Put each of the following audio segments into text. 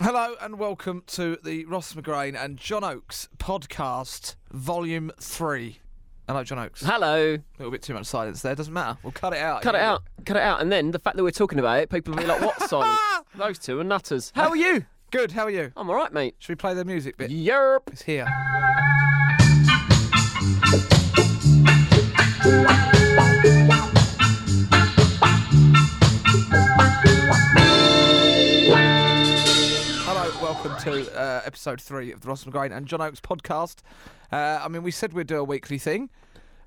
Hello and welcome to the Ross McGrain and John Oakes podcast, Volume 3. Hello, John Oakes. A Hello. little bit too much silence there, doesn't matter. We'll cut it out. Cut it out. Cut it out. And then the fact that we're talking about it, people will be like, what silence? Those two are nutters. How are you? Good, how are you? I'm all right, mate. Should we play the music bit? Yerp. It's here. Hello, welcome to uh, episode three of the Ross McGrain and John Oakes podcast. Uh, I mean, we said we'd do a weekly thing,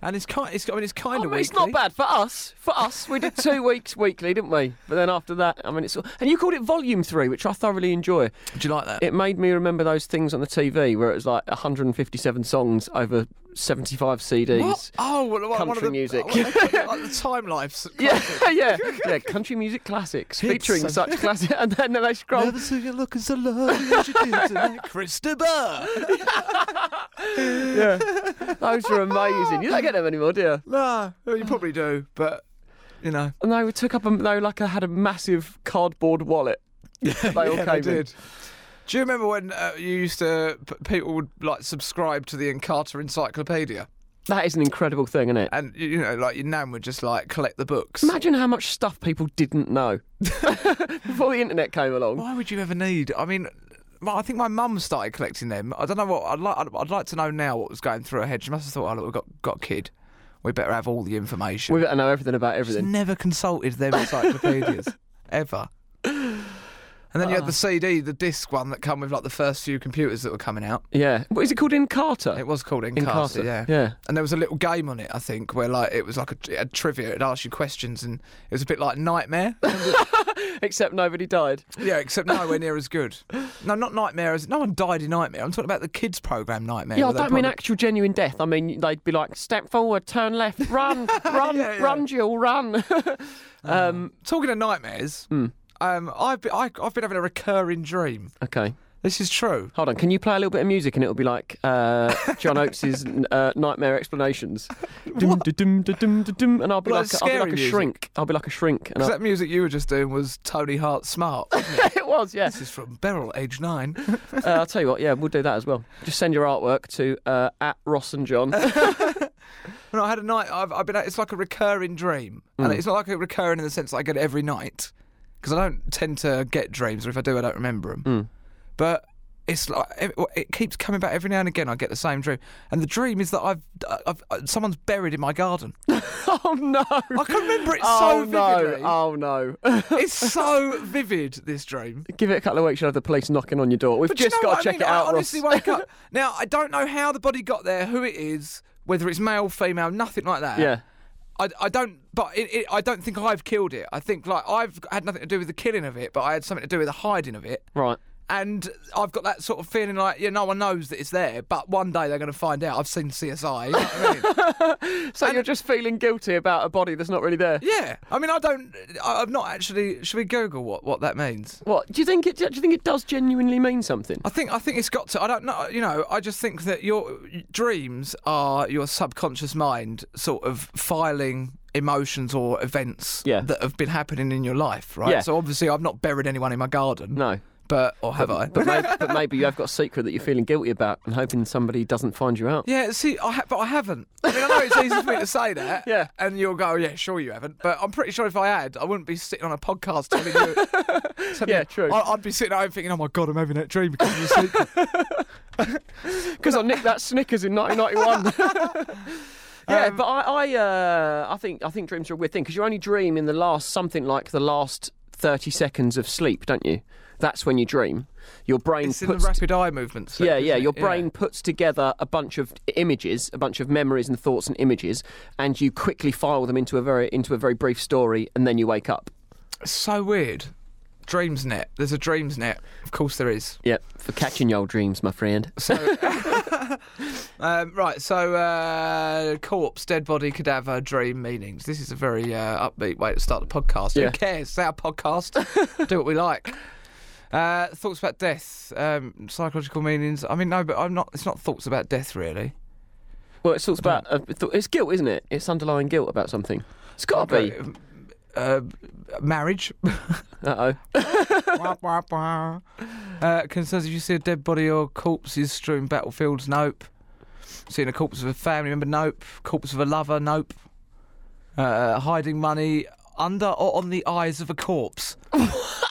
and it's kind. It's, I mean, it's kind I of mean, weekly. Oh, it's not bad for us. For us, we did two weeks weekly, didn't we? But then after that, I mean, it's and you called it Volume Three, which I thoroughly enjoy. Do you like that? It made me remember those things on the TV where it was like 157 songs over 75 CDs. What? Oh, well, one of Country the, music. like the Time Life's. Yeah, yeah, yeah. Country music classics Hits featuring and- such classic, and then they scroll Never see you looking so lovely as you did tonight, Christopher. Those are amazing. You don't get them anymore, do you? No, well, Hmm. you probably do, but you know, And they took up, a, they were like I had a massive cardboard wallet. They all yeah, came they in. did. Do you remember when uh, you used to p- people would like subscribe to the Encarta Encyclopedia, That is an incredible thing, isn't it? and you- you know, like your nan would just like collect the books. Imagine how much stuff people didn't know before the internet came along. Why would you ever need? I mean. my- I think my mum started collecting them. I don't know what I'd like. I'd, I'd like to know now what was going through her head. She must have thought, "Oh, look, we've got got a kid. We better have all the information." We better know everything about everything. never consulted them encyclopedias ever. And then you had Ah. the CD, the disc one that come with like the first few computers that were coming out. Yeah. What is it called? Encarta. It was called Encarta, Encarta. yeah. Yeah. And there was a little game on it, I think, where like it was like a, it had trivia. It asked you questions, and it was a bit like Nightmare. Except nobody died. yeah, except nowhere near as good. No, not Nightmare. As no one died in Nightmare. I'm talking about the kids' program Nightmare. Yeah, I where they don't mean probably- actual genuine death. I mean, they'd be like, step forward, turn left, run, run, Yeah, Uh-huh. yeah. run, Jill, run. um, Talking of nightmares, Hmm. um, I've been, I, I've been having a recurring dream. okay. This is true. Hold on, can you play a little bit of music and it'll be like uh, John Oates' uh, Nightmare Explanations? Dum, da, dum, da, dum, da, dum, and I'll be Well, like, that's I'll be scary like a music. shrink. I'll be like a shrink. And 'Cause I'll, that music you were just doing was Tony Hart Smart. it was, yeah. This is from Beryl, age nine. Uh, I'll tell you what, yeah, we'll do that as well. Just send your artwork to uh, at Ross and John. When I had a night, I've, I've been. It's like a recurring dream, Mm. and it's not like a recurring in the sense that I get it every night, because I don't tend to get dreams, or if I do, I don't remember them. Mm. But it's like it, it keeps coming back every now and again. I get the same dream, and the dream is that I've, uh, I've, i someone's buried in my garden. oh, no. I can remember it oh, so no. vividly. Oh, no. It's so vivid. This dream. Give it a couple of weeks, you'll have the police knocking on your door. We've But just you know got what to check I mean? it out, I honestly Ross. wake up. Now I don't know how the body got there, who it is, whether it's male, female, nothing like that. yeah. I, I don't, but it, it, I don't think I've killed it. I think like I've had nothing to do with the killing of it, but I had something to do with the hiding of it. Right. And I've got that sort of feeling like, yeah, no one knows that it's there, but one day they're going to find out. I've seen CSI. You know what I mean? So you're just feeling guilty about a body that's not really there? yeah, I mean, I don't. I, I've not actually. Should we Google what, what that means? What? Do you think it? Do you think it does genuinely mean something? I think I think it's got to. I don't know. You know, I just think that your dreams are your subconscious mind sort of filing emotions or events Yeah. that have been happening in your life, right? Yeah. So obviously, I've not buried anyone in my garden. No. but or have I? But maybe, but maybe you have got a secret that you're feeling guilty about and hoping somebody doesn't find you out. yeah, see, I ha- but I haven't. I mean, I know it's easy for me to say that. Yeah. and you'll go, yeah, sure you haven't. But I'm pretty sure if I had, I wouldn't be sitting on a podcast telling you. telling Yeah, you- true. I- I'd be sitting at home thinking, oh my god, I'm having that dream because of the secret. Because I nicked that Snickers in 1991. yeah, Um, but I, I, uh, I think I think dreams are a weird thing because you only dream in the last something like the last 30 seconds of sleep, don't you? That's when you dream. Your brain It's in the puts. rapid eye movements. yeah, yeah. Your brain puts together a bunch of images, a bunch of memories and thoughts and images, and you quickly file them into a very into a very brief story, and then you wake up. so weird. Dreams net. There's a dreams net. Of course there is. Yep, for catching your dreams, my friend. So um, right. So uh, corpse, dead body, cadaver, dream meanings. This is a very uh, upbeat way to start the podcast. Yeah. Who cares? It's our podcast. Do what we like. Uh, thoughts about death, um, psychological meanings. I mean, no, but I'm not. It's not thoughts about death really. Well, it's talks about uh, th- it's guilt, isn't it? It's underlying guilt about something. It's got to be. Uh, uh, marriage. Uh oh. Wah, wah, wah. Uh, concerns if you see a dead body or corpses strewn battlefields, nope. Seeing a corpse of a family member, nope. Corpse of a lover, nope. Uh, hiding money under or on the eyes of a corpse.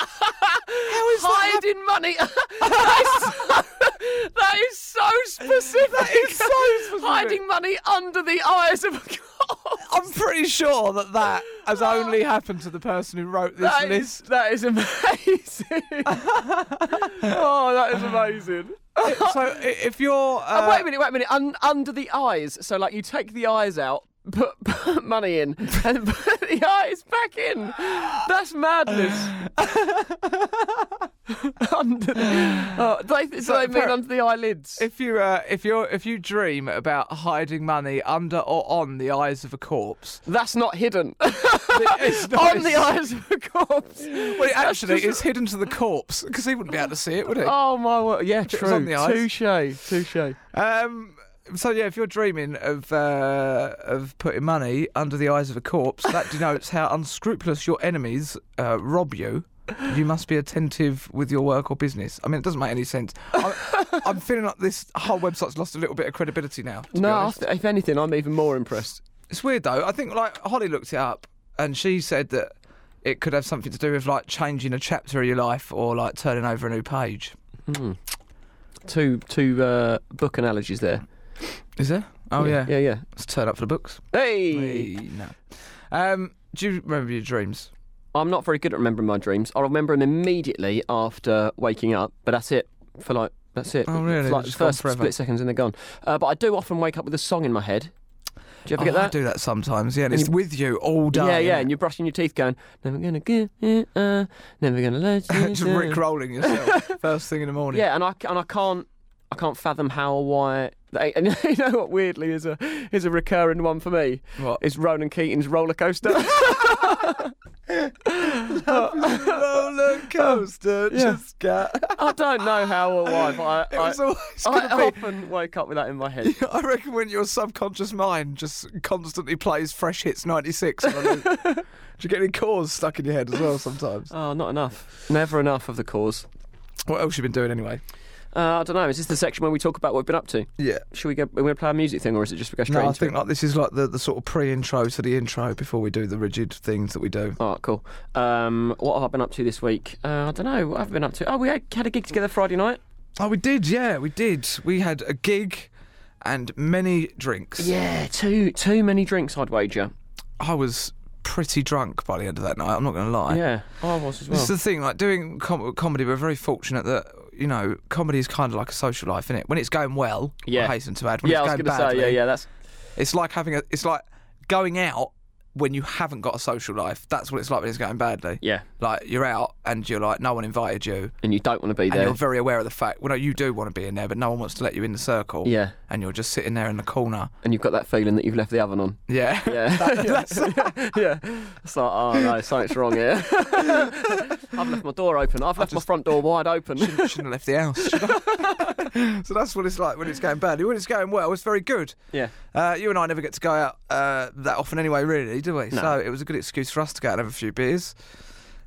How is that? Hiding money. that, is, that is so specific. That is so specific. Hiding money under the eyes of a corpse. hap- I'm pretty sure that that has only happened to the person who wrote this That list. is, that is amazing. oh, that is amazing. so i- if you're. Uh, wait Uh, a minute, wait a minute. Un- under the eyes. So, like, you take the eyes out, put, put money in, and put the eyes back in. That's madness. under the, oh, do they, so So they mean appar- under the eyelids. if you uh, if you if you dream about hiding money under or on the eyes of a corpse, That's not hidden. it's not- On the eyes of a corpse. well, it actually, it's hidden to the corpse because he wouldn't be able to see it, would he? Oh my word! Yeah, it was true. on the eyes. Touche, touche. Um, so yeah, if you're dreaming of uh, of putting money under the eyes of a corpse, that denotes how unscrupulous your enemies uh, rob you. You must be attentive with your work or business. I mean, it doesn't make any sense. I'm, I'm feeling like this whole website's lost a little bit of credibility now. to be No, I honest. th- if anything, I'm even more impressed. it's weird though. I think like Holly looked it up and she said that it could have something to do with like changing a chapter of your life or like turning over a new page. Hmm. Two two uh, book analogies there. Is there? Oh yeah. yeah, yeah. Let's turn up for the books. Hey. Hey, no. Um, do you remember your dreams? I'm not very good at remembering my dreams. I remember them immediately after waking up, but that's it for like that's it. Oh, really? For like the Just gone first forever. split seconds and they're gone. Uh, but I do often wake up with a song in my head. Do you ever Oh, get I that? do that sometimes, yeah, and And it's with you all day. yeah, yeah, innit? and you're brushing your teeth, going, "Never gonna give it up, never gonna let you just down." Rick rolling yourself first thing in the morning. Yeah, and I and I can't I can't fathom how or why. They, and you know what? Weirdly, is a is a recurring one for me. What? Is Ronan Keating's roller coaster? roller coaster, Yeah. just got. I don't know how or why, but I, It I, was always I gonna be. often wake up with that in my head. I reckon when your subconscious mind just constantly plays fresh hits 96. on a loop. Do you get any cores stuck in your head as well sometimes? Oh, not enough. Never enough of the cause. What else you been doing anyway? Uh, I don't know. Is this the section where we talk about what we've been up to? Yeah. Should we go? We're going to play our music thing, or is it just we go straight No, I into think it? like this is like the, the sort of pre-intro to the intro before we do the rigid things that we do. Oh, cool. Um, what have I been up to this week? Uh, I don't know. What have I been up to? Oh, we had, had a gig together Friday night. Oh, we did, yeah, we did. We had a gig and many drinks. Yeah, too too many drinks, I'd wager. I was pretty drunk by the end of that night. I'm not going to lie. Yeah, I was This as well. is the thing, like doing com- comedy, we're very fortunate that, you know, comedy is kind of like a social life, isn't it? When it's going well, Yeah. I hasten to add, when yeah, I it's was going gonna badly, say. Yeah, yeah, that's it's like having a, it's like going out when you haven't got a social life. That's what it's like when it's going badly. yeah. Like you're out and you're like, no one invited you. And you don't want to be And there. you're very aware of the fact, well, no, you do want to be in there, but no one wants to let you in the circle. Yeah, And you're just sitting there in the corner. and you've got that feeling that you've left the oven on. Yeah. Yeah, yeah. It's like, oh no, something's wrong here. I've left my door open. I've left my front door wide open. Shouldn't have left the house. should I? so that's what it's like when it's going badly. When it's going well, it's very good. yeah. Uh, you and I never get to go out uh, that often anyway, really, do we? No. So it was a good excuse for us to go out and have a few beers.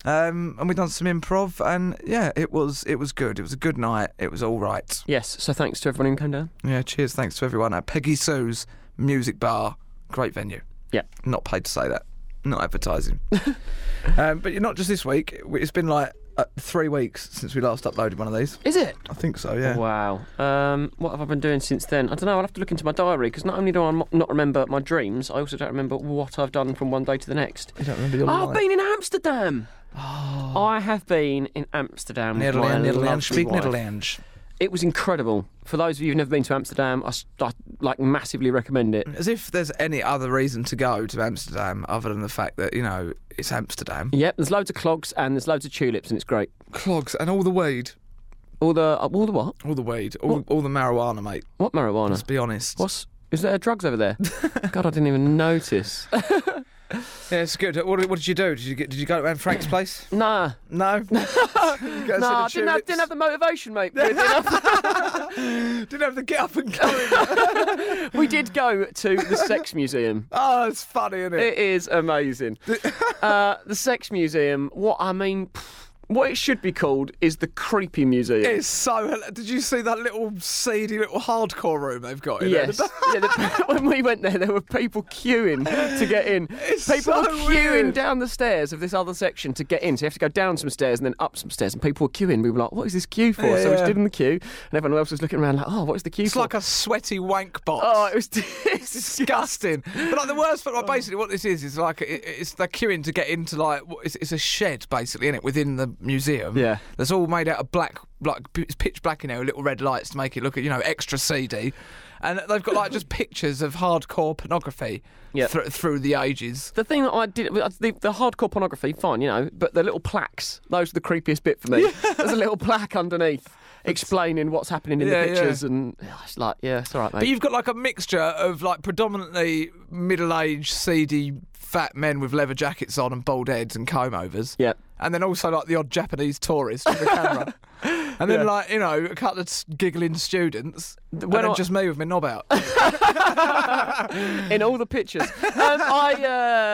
Um, and we done some improv, and yeah, it was it was good. It was a good night. It was all right. Yes, so thanks to everyone who came down. Yeah, cheers. Thanks to everyone at Peggy Sue's Music Bar. Great venue. Yeah. Not paid to say that. Not advertising. um, but you're not just this week. It's been like uh, three weeks since we last uploaded one of these. Is it? I think so. Yeah. Wow. Um, what have I been doing since then? I don't know. I'll have to look into my diary because not only do I m- not remember my dreams, I also don't remember what I've done from one day to the next. You don't remember your I've life. been in Amsterdam. I have been in Amsterdam. with my Nederland, Nederland, lovely speak wife. Nederland. It was incredible. For those of you who've never been to Amsterdam, I, s- I, like massively recommend it. As if there's any other reason to go to Amsterdam other than the fact that, you know, it's Amsterdam. Yep, there's loads of clogs and there's loads of tulips and it's great. Clogs and all the weed. All the uh, all the what? All the weed. All, all the marijuana, mate. What marijuana? Let's be honest. What's is there drugs over there? God, I didn't even notice. Yeah, it's good. What, what did you do? Did you, get, did you go to Anne Frank's place? nah. No. You got a set of No, I didn't have, tulips? didn't have the motivation, mate. We did, have- Didn't have the get up and go. we did go to the Sex Museum. oh, it's funny, isn't it? It is amazing. uh, the Sex Museum, what I mean, pff, What it should be called is the Creepy Museum. It's so. hila- Did you see that little seedy little hardcore room they've got? In Yes. It? yeah, the, when we went there, there were people queuing to get in. It's people so were queuing weird. down the stairs of this other section to get in. So you have to go down some stairs and then up some stairs. And people were queuing. We were like, what is this queue for? So we Yeah. stood in the queue, and everyone else was looking around like, oh, what is the queue It's for? like a sweaty wank box. oh, it was It's it's disgusting. Oh. but like the worst, but like, basically what this is is like it, it's they're queuing to get into like what- it's, it's a shed basically in it within the museum. Yeah. that's all made out of black, like p- it's pitch black in there, with little red lights to make it look you know extra seedy, and they've got like just pictures of hardcore pornography Yeah. thr- through the ages. The thing that I did, the, the hardcore pornography, fine, you know, but the little plaques, those are the creepiest bit for me. There's a little plaque underneath explaining what's happening in Yeah, the yeah. pictures, and oh, it's like, yeah, it's all right, mate. But you've got like a mixture of like predominantly middle-aged, seedy, fat men with leather jackets on and bald heads and comb overs. yeah. and then also like the odd Japanese tourist with the camera, and then Yeah. like you know a couple of s- giggling students, and when then I- just me with my knob out. in all the pictures. Um, I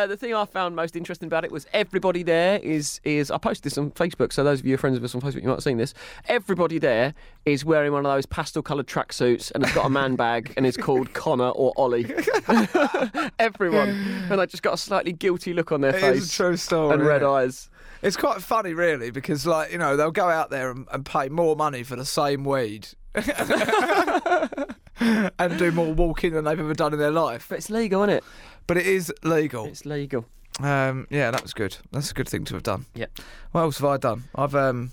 uh, the thing I found most interesting about it was everybody there is is I posted this on Facebook, so those of you who are friends of us on Facebook, you might have seen this. Everybody there is wearing one of those pastel coloured tracksuits and has got a man bag and is called Connor or Ollie. Everyone, and they just got a slightly guilty look on their It face is a true story. and red isn't it? eyes. It's quite funny, really, because like you know they'll go out there and, and pay more money for the same weed. and do more walking than they've ever done in their life, But it's legal, isn't it? but it is legal. It's legal. Um, yeah, that was good. That's a good thing to have done. Yep. What else have I done? I've um,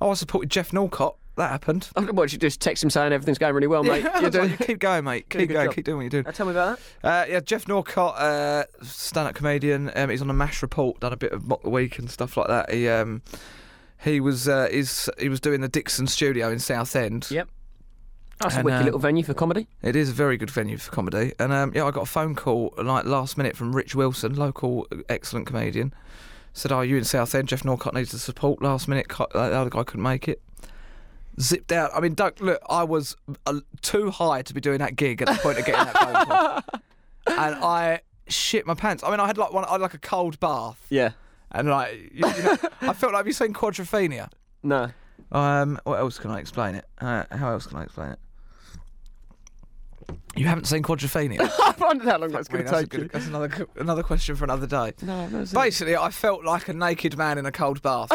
oh, I supported Jeff Norcott. That happened. I what you just text him saying everything's going really well, Oh, mate. You're doing. keep going, mate. Doing a Keep good going. job. Keep doing what you're doing. Uh, tell me about Uh, yeah, Jeff Norcott, uh, stand-up comedian. Um, he's on a Mash Report, done a bit of Mock the Week and stuff like that. He um, he was uh, he's, he was doing the Dixon Studio in Southend. that. Yep. That's a And, wicked uh, little venue for comedy. It is a very good venue for comedy. And um, yeah, I got a phone call like last minute from Rich Wilson, local uh, excellent comedian. Said, "Are you in Southend? Jeff Norcott needs the support. Last minute, co- uh, the other guy couldn't make it." Zipped out. I mean, don't, look, I was uh, too high to be doing that gig at the point of getting that phone call, and I shit my pants. I mean, I had like one, I had like a cold bath, Yeah. and like you, you know, I felt like have you seen Quadrophenia? No. Um, what else can I explain it? Uh, how else can I explain it? You haven't seen Quadrophenia. I wonder how long that's I mean, going that's, to a take. good, you. that's another co- another question for another day. No, no, it's not. Basically, I felt like a naked man in a cold bath,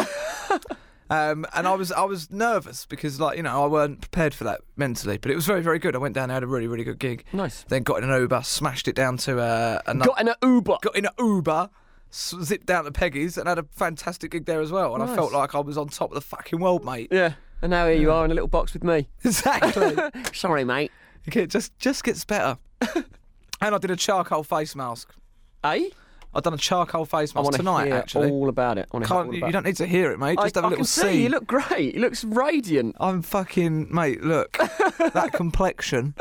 um, and I was I was nervous because like you know I weren't prepared for that mentally. But it was very very good. I went down, there, had a really really good gig. nice. Then got in an Uber, smashed it down to uh, another. Got in an Uber. got in an Uber, s- zipped down to Peggy's, and had a fantastic gig there as well. And I Nice. felt like I was on top of the fucking world, mate. yeah. And now here you are in a little box with me. Exactly. Sorry, mate. it just just gets better. and I did a charcoal face mask. Eh? I've done a charcoal face mask I want to tonight. hear actually, all about it. I wanna hear Can't, all you about you don't need to hear it, mate. I, Just have a I little can see. see. You look great. You look radiant. I'm fucking mate. Look, that complexion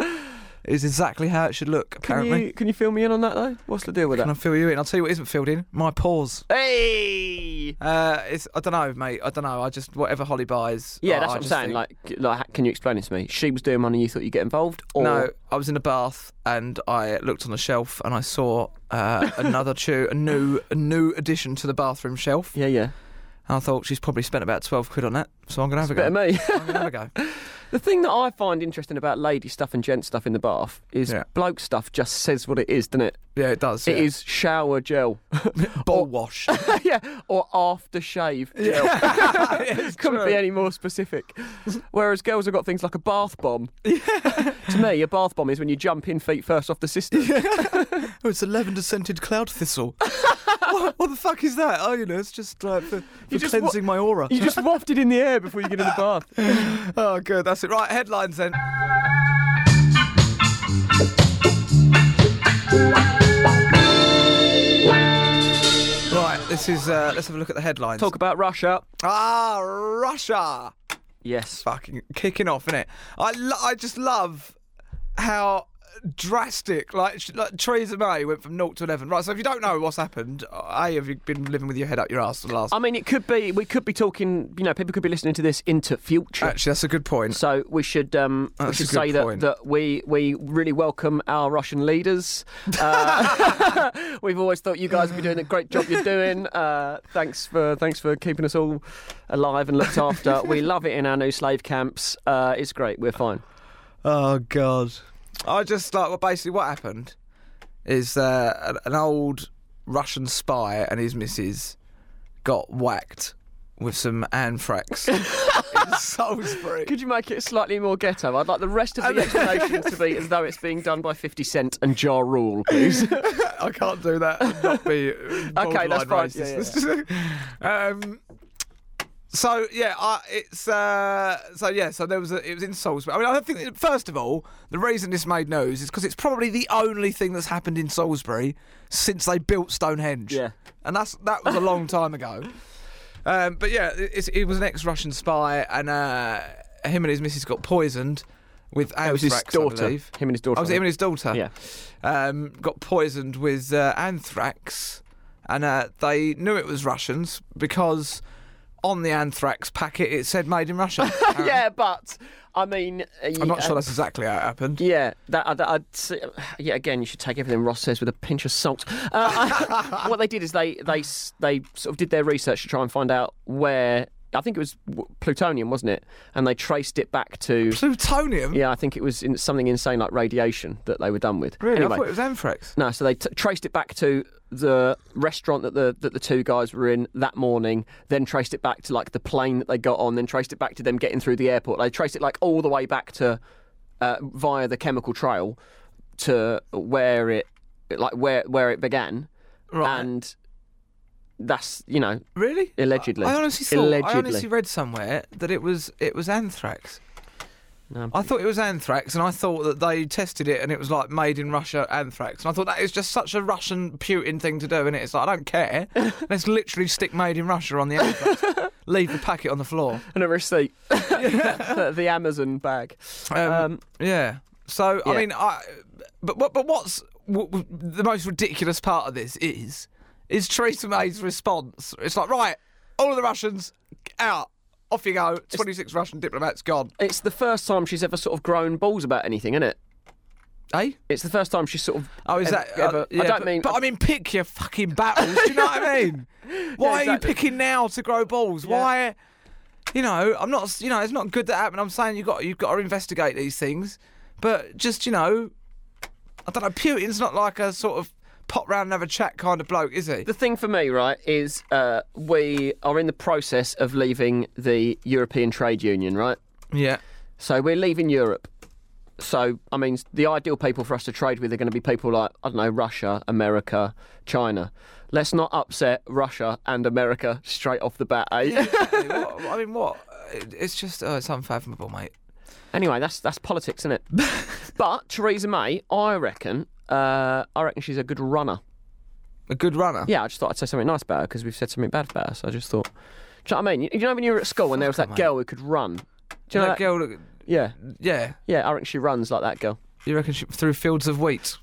is exactly how it should look. Can Apparently, you, can you fill me in on that, though? What's the deal with Can I that? fill you in? I'll tell you what isn't filled in. My pores. Hey! Uh, it's I don't know, mate. I don't know. I just whatever Holly buys. Yeah, Oh, I- that's I what I'm just saying. think- Like, like, can you explain it to me? She was doing one and you thought you'd get involved? Or... No, I was in a bath and I looked on a shelf and I saw uh, another chew, a new, a new addition to the bathroom shelf. Yeah, yeah. And I thought she's probably spent about twelve quid on that, so I'm gonna have a Bit of go. me. I'm gonna have a go. The thing that I find interesting about lady stuff and gent stuff in the bath is Yeah. bloke stuff just says what it is, doesn't it? Yeah, it does. It yeah. is shower gel. ball wash. yeah, or after shave. gel. It's Couldn't true. be any more specific. Whereas girls have got things like a bath bomb. to me, a bath bomb is when you jump in feet first off the system. Oh, it's a lavender scented cloud thistle. what, what the fuck is that? Oh, you know, it's just like for, for just wa- cleansing my aura. You just wafted in the air before you get in the bath. Oh, good. That's it. Right, headlines then. Right, this is. Uh, let's have a look at the headlines. Talk about Russia. Ah, Russia. Yes. Fucking kicking off, innit? I, lo- I just love how drastic. Like, sh- like Theresa May went from naught to eleven. Right. So if you don't know what's happened, uh, a have you been living with your head up your ass for the last? I mean, it could be we could be talking. You know, people could be listening to this into future. Actually, that's a good point. So we should um, we That's should a good say that, point. that we we really welcome our Russian leaders. Uh, we've always thought you guys have been doing a great job you're doing. Uh, thanks for thanks for keeping us all alive and looked after. we love it in our new slave camps. Uh, it's great. We're fine. Oh god. I just like well, basically what happened is uh, an, an old Russian spy and his missus got whacked with some anthrax in Salisbury. Could you make it slightly more ghetto? I'd like the rest of the explanation to be as though it's being done by 50 Cent and Jar Rule, please. I can't do that. And not be okay. that's fine. Yeah, um, so yeah, I, it's uh, so yeah. So there was a, it was in Salisbury. I mean, I don't think. First of all, the reason this made news is because it's probably the only thing that's happened in Salisbury since they built Stonehenge. Yeah. and that's that was a long time ago. Um, but yeah, it, it's- it was an ex-Russian spy, and uh, him and his missus got poisoned with It anthrax. was his I daughter. Him believe. and his daughter. Oh, was it him and his daughter? Yeah. Um, got poisoned with uh, anthrax, and uh, they knew it was Russians because on the anthrax packet it said "made in Russia." yeah, but I mean, uh, I'm not sure that's exactly how it happened. Yeah, that, I'd, I'd say, yeah. Again, you should take everything Ross says with a pinch of salt. Uh, what they did is they they s- they sort of did their research to try and find out where I think it was w- plutonium, wasn't it? And they traced it back to Plutonium. yeah, I think it was in something insane like radiation that they were done with. Really? I Anyway, thought it was anthrax. no, so they t- traced it back to the restaurant that the that the two guys were in that morning. Then traced it back to like the plane that they got on. Then traced it back to them getting through the airport. They traced it like all the way back to uh, via the chemical trail to where it like where where it began. Right. And that's you know really? allegedly. I honestly thought. I Allegedly. honestly read somewhere that it was it was anthrax. No. I thought it was anthrax, and I thought that they tested it, and it was like made in Russia anthrax. And I thought that is just such a Russian Putin thing to do, and it's like I don't care. Let's literally stick made in Russia on the anthrax. Leave the packet on the floor. and a receipt, the, the Amazon bag. Um, Um, yeah. So I yeah. mean, I but but, but what's w- w- the most ridiculous part of this is is Theresa May's response. It's like right, all of the Russians out, off you go. Twenty six Russian diplomats gone. It's the first time she's ever sort of grown balls about anything, isn't it? Eh? It's the first time she's sort of. Oh, is ever- that? uh, ever- yeah, I don't but, mean. But I mean, pick your fucking battles. do you know what I mean? Why are you exactly. picking now to grow balls? Why? You know, I'm not. You know, it's not good that happened. I'm saying you got you've got to investigate these things, but just you know, I don't know. Putin's not like a sort of pop round and have a chat kind of bloke, is he? the thing for me, right, is uh, we are in the process of leaving the European Trade Union, right? Yeah. So we're leaving Europe. So, I mean, the ideal people for us to trade with are going to be people like, I don't know, Russia, America, China. Let's not upset Russia and America straight off the bat, eh? Hey, what, I mean, what? It- It's just oh, it's unfathomable, mate. Anyway, that's that's politics, isn't it? but Theresa May, I reckon, uh, I reckon she's a good runner. A good runner. Yeah, I just thought I'd say something nice about her because we've said something bad about her. So I just thought, do you know what I mean? You, you know when you were at school and there was that girl who could run. Do you know that that? girl? that- Yeah, Yeah. yeah. I reckon she runs like that girl. You reckon she through fields of wheat?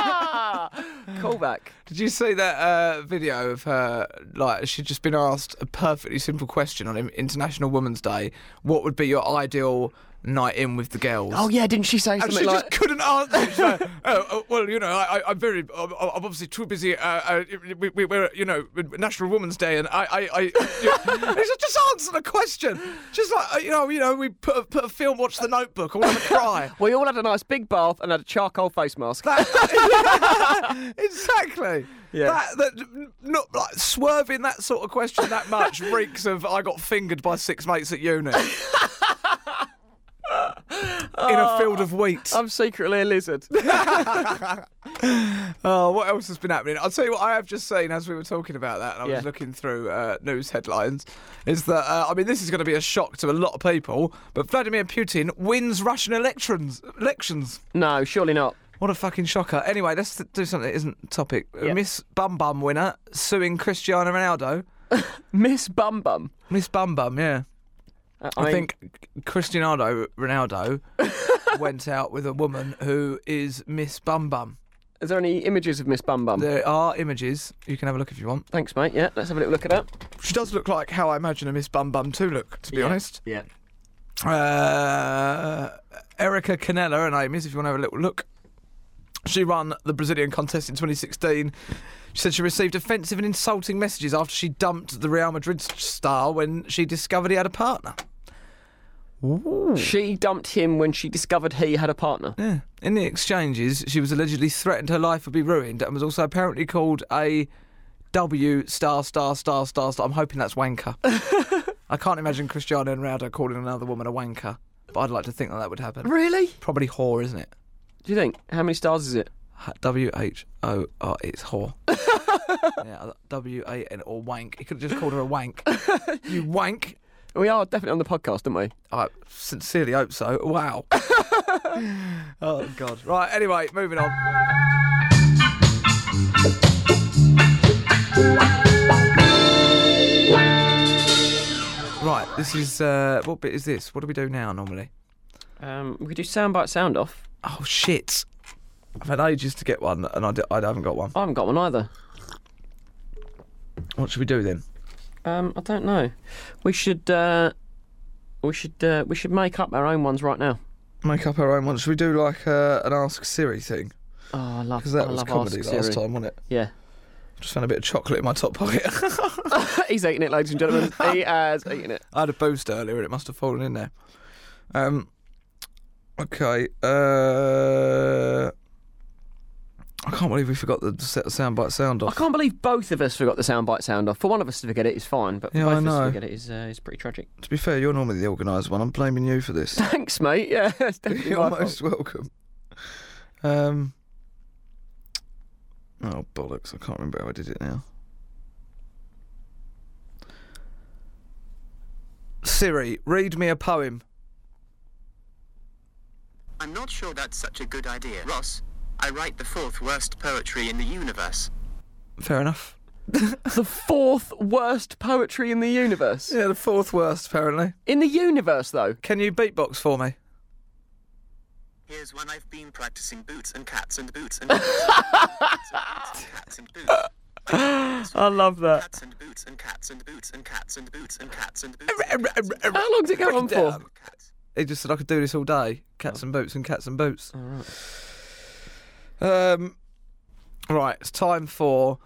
Ah, Callback. Did you see that uh, video of her? Like, she'd just been asked a perfectly simple question on In- International Women's Day. What would be your ideal night in with the girls? Oh yeah, didn't she say And something she like? just couldn't answer. She's like, oh, oh, well, you know, I, I- I'm very, I'm, I'm obviously too busy. Uh, uh, we, we, we're, you know, National Women's Day, and I, I, I you, And she's like, just answer the question. Just like, uh, you know, you know, we put a, put a film, watch The Notebook, all have a cry. We all had a nice big bath and had a charcoal face mask. That- exactly. Yeah. That, that not like swerving that sort of question that much reeks of I got fingered by six mates at uni. In a Oh. field of wheat. I'm secretly a lizard. Oh, what else has been happening? I'll tell you what I have just seen as we were talking about that, and I was Yeah. looking through uh, news headlines. Is that uh, I mean, this is going to be a shock to a lot of people, but Vladimir Putin wins Russian elections. Elections. no, surely not. What a fucking shocker. Anyway, let's th- do something that isn't topic. Yeah. Miss Bum Bum winner suing Cristiano Ronaldo. Miss Bum Bum. Miss Bum Bum, yeah. Uh, I, I mean, think Cristiano Ronaldo went out with a woman who is Miss Bum Bum. Is there any images of Miss Bum Bum? There are images. You can have a look if you want. Thanks, mate. Yeah, let's have a little look at that. She does look like how I imagine a Miss Bum Bum to look, to be honest. Yeah. Uh, Erica Canella and Amy's, if you want to have a little look. She won the Brazilian contest in 2016. She said she received offensive and insulting messages after she dumped the Real Madrid star when she discovered he had a partner. She dumped him when she discovered he had a partner. Yeah. In the exchanges, she was allegedly threatened her life would be ruined and was also apparently called a W star star star star star. I'm hoping that's wanker. I can't imagine Cristiano Ronaldo calling another woman a wanker, but I'd like to think that that would happen. Really? Probably whore, isn't it? Do you think? How many stars is it? W H O R. It's whore. yeah, W A N or wank. He could have just called her a wank. you wank. We are definitely on the podcast, aren't we? I sincerely hope so. Wow. oh God. Right. Anyway, moving on. Right. This is uh, what bit is this? What do we do now normally? Um, we could do soundbite sound off. Oh shit! I've had ages to get one, and I, d- I haven't got one. I haven't got one either. What should we do then? Um, I don't know. We should. Uh, we should. Uh, we should make up our own ones right now. Make up our own one. Should we do like uh, an Ask Siri thing? Oh, I love. Because that I was love comedy Ask last Siri. time, wasn't it? Yeah. Just found a bit of chocolate in my top pocket. He's eating it, ladies and gentlemen. He has eaten it. I had a boost earlier and it must have fallen in there. Um, okay. Uh, I can't believe we forgot the set the soundbite sound I off. can't believe both of us forgot the soundbite sound off. For one of us to forget it is fine, but for Yeah, both I of us to know. forget it is uh, is pretty tragic. To be fair, you're normally the organised one. I'm blaming you for this. Thanks, mate. Yeah, it's definitely you're my fault. most welcome. Um, oh, bollocks. I can't remember how I did it now. Siri, read me a poem. I'm not sure that's such a good idea, Ross. I write the fourth worst poetry in the universe. Fair enough. the fourth worst poetry in the universe. Yeah, the fourth worst, apparently. In the universe, though. Can you beatbox for me? Here's one I've been practicing boots and cats and boots and cats and cats and boots. I love that. Cats and boots and cats and boots and cats and boots and cats and boots and How long's it go on for? down. He just said I could do this all day. Cats and boots and cats and boots. Um, right, it's time for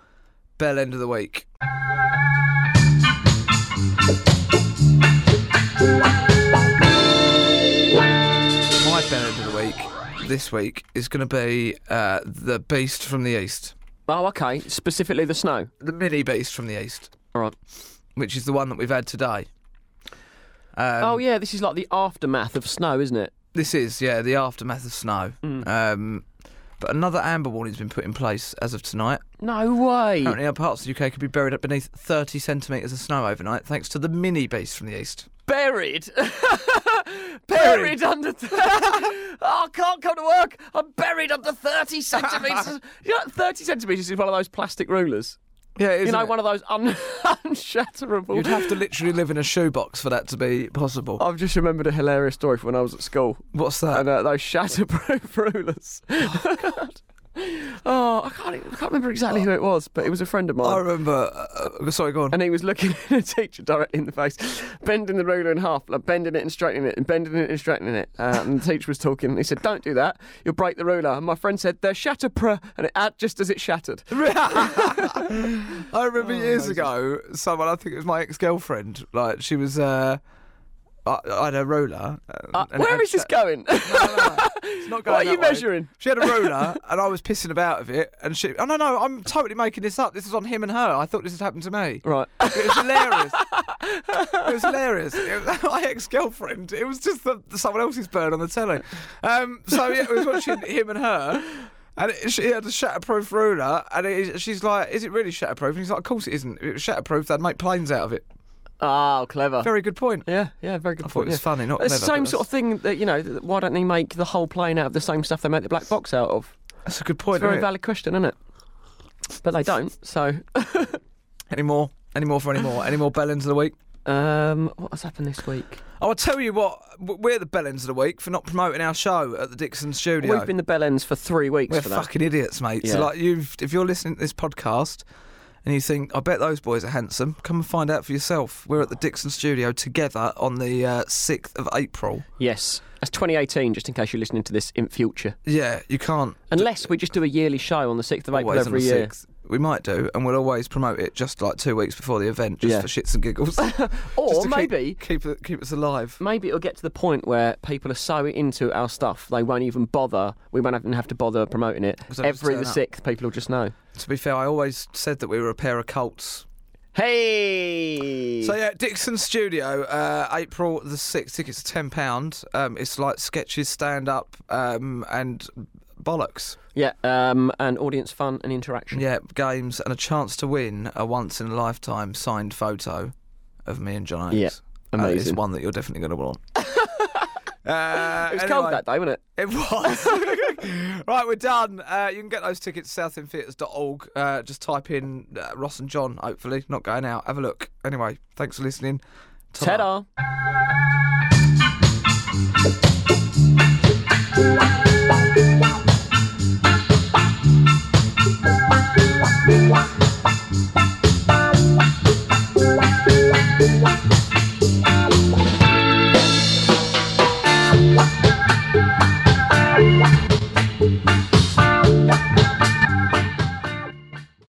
bell end of the week. My bell end of the week this week is going to be uh, the beast from the east, Oh, okay. Specifically, the snow. the mini beast from the east, All right. which is the one that we've had today. Um, oh yeah, this is like the aftermath of snow, isn't it? This is, yeah, the aftermath of snow. Mm. Um, but another amber warning's been put in place as of tonight. No way. Apparently, our parts of the UK could be buried up beneath 30 centimetres of snow overnight, thanks to the mini beast from the east. Buried. buried under. Th- oh, I can't come to work. I'm buried under thirty centimeters. you know, thirty centimeters is one of those plastic rulers. Yeah, it is, You know, isn't it? one of those un- unshatterable. You'd have to literally live in a shoebox for that to be possible. I've just remembered a hilarious story from when I was at school. What's that? and uh, those shatterproof rulers. Oh, God. Oh, I can't, even- I can't remember exactly who it was, but it was a friend of I mine. remember. Uh, uh, sorry, go on. Oh, And he was looking at a teacher directly in the face, bending the ruler in half, like bending it and straightening it, and bending it and straightening it. Uh, and the teacher was talking, and he said, "Don't do that. You'll break the ruler." And my friend said, "They're shatterproof," and it add just as it shattered. I Oh, remember years ago, someone, I think it was my ex girlfriend, like, she was. Uh, I, I had a roller. and- Uh, and it where had is this sha- going? It's not going What are that you way. measuring? She had a roller, and I was pissing about of it. And she, oh no, no, I'm totally making this up. This is on him and her. I thought this had happened to me. right. It was hilarious. it was hilarious. It was my ex-girlfriend. It was just the, someone else's bird on the telly. Um, so yeah, we was watching him and her. And it, she had a shatterproof ruler, and it, she's like, "Is it really shatterproof?" And he's like, "Of course it isn't. If it was shatterproof, they'd make planes out of it." Oh, clever. Very good point. Yeah, yeah, very good I thought point. it was yeah. funny, not It's clever, the same but sort of thing that you know. th- Why don't they make the whole plane out of the same stuff they make the black box out of? That's a good It's a point. very isn't it? valid question, isn't it? But they don't. So Any more? Any more for any more? Any more bell ends of the week? Um, what has happened this week? Oh, I'll tell you what, w- we're the bellends of the week for not promoting our show at the Dixon Studio. We've been the bell ends for three weeks We're for that. fucking idiots, mate. So, Yeah. like, you've if you're listening to this podcast and you think, I bet those boys are handsome, come and find out for yourself. We're at the Dixon Studio together on the uh, 6th of April. Yes, that's 2018. Just in case you're listening to this in future, Yeah, you can't unless we just do a yearly show on the sixth of April always on every the year. 6th. We might do, and we'll always promote it just like two weeks before the event, just Yeah. for shits and giggles. Just Or to maybe, keep keep, it- keep us alive. maybe it'll get to the point where people are so into our stuff they won't even bother. We won't even have to bother promoting it. Because they'll just Every turn the up. sixth, people will just know. To be fair, I always said that we were a pair of colts. Hey. So yeah, Dixon Studio, uh, April the sixth. Tickets are ten pound. Um, it's like sketches, stand up, um, and bollocks. yeah, um, and audience fun and interaction. Yeah, games and a chance to win a once in a lifetime signed photo of me and John Oates. Yeah, Uh, it's amazing. one that you're definitely going to want. Uh, It was anyway. cold that day, wasn't it? It was. right, we're done. Uh, you can get those tickets at southendtheatres.org. Uh, just type in uh, Ross and John, hopefully. Not going out. Have a look. Anyway, thanks for listening. Ta-ra. Ta-da.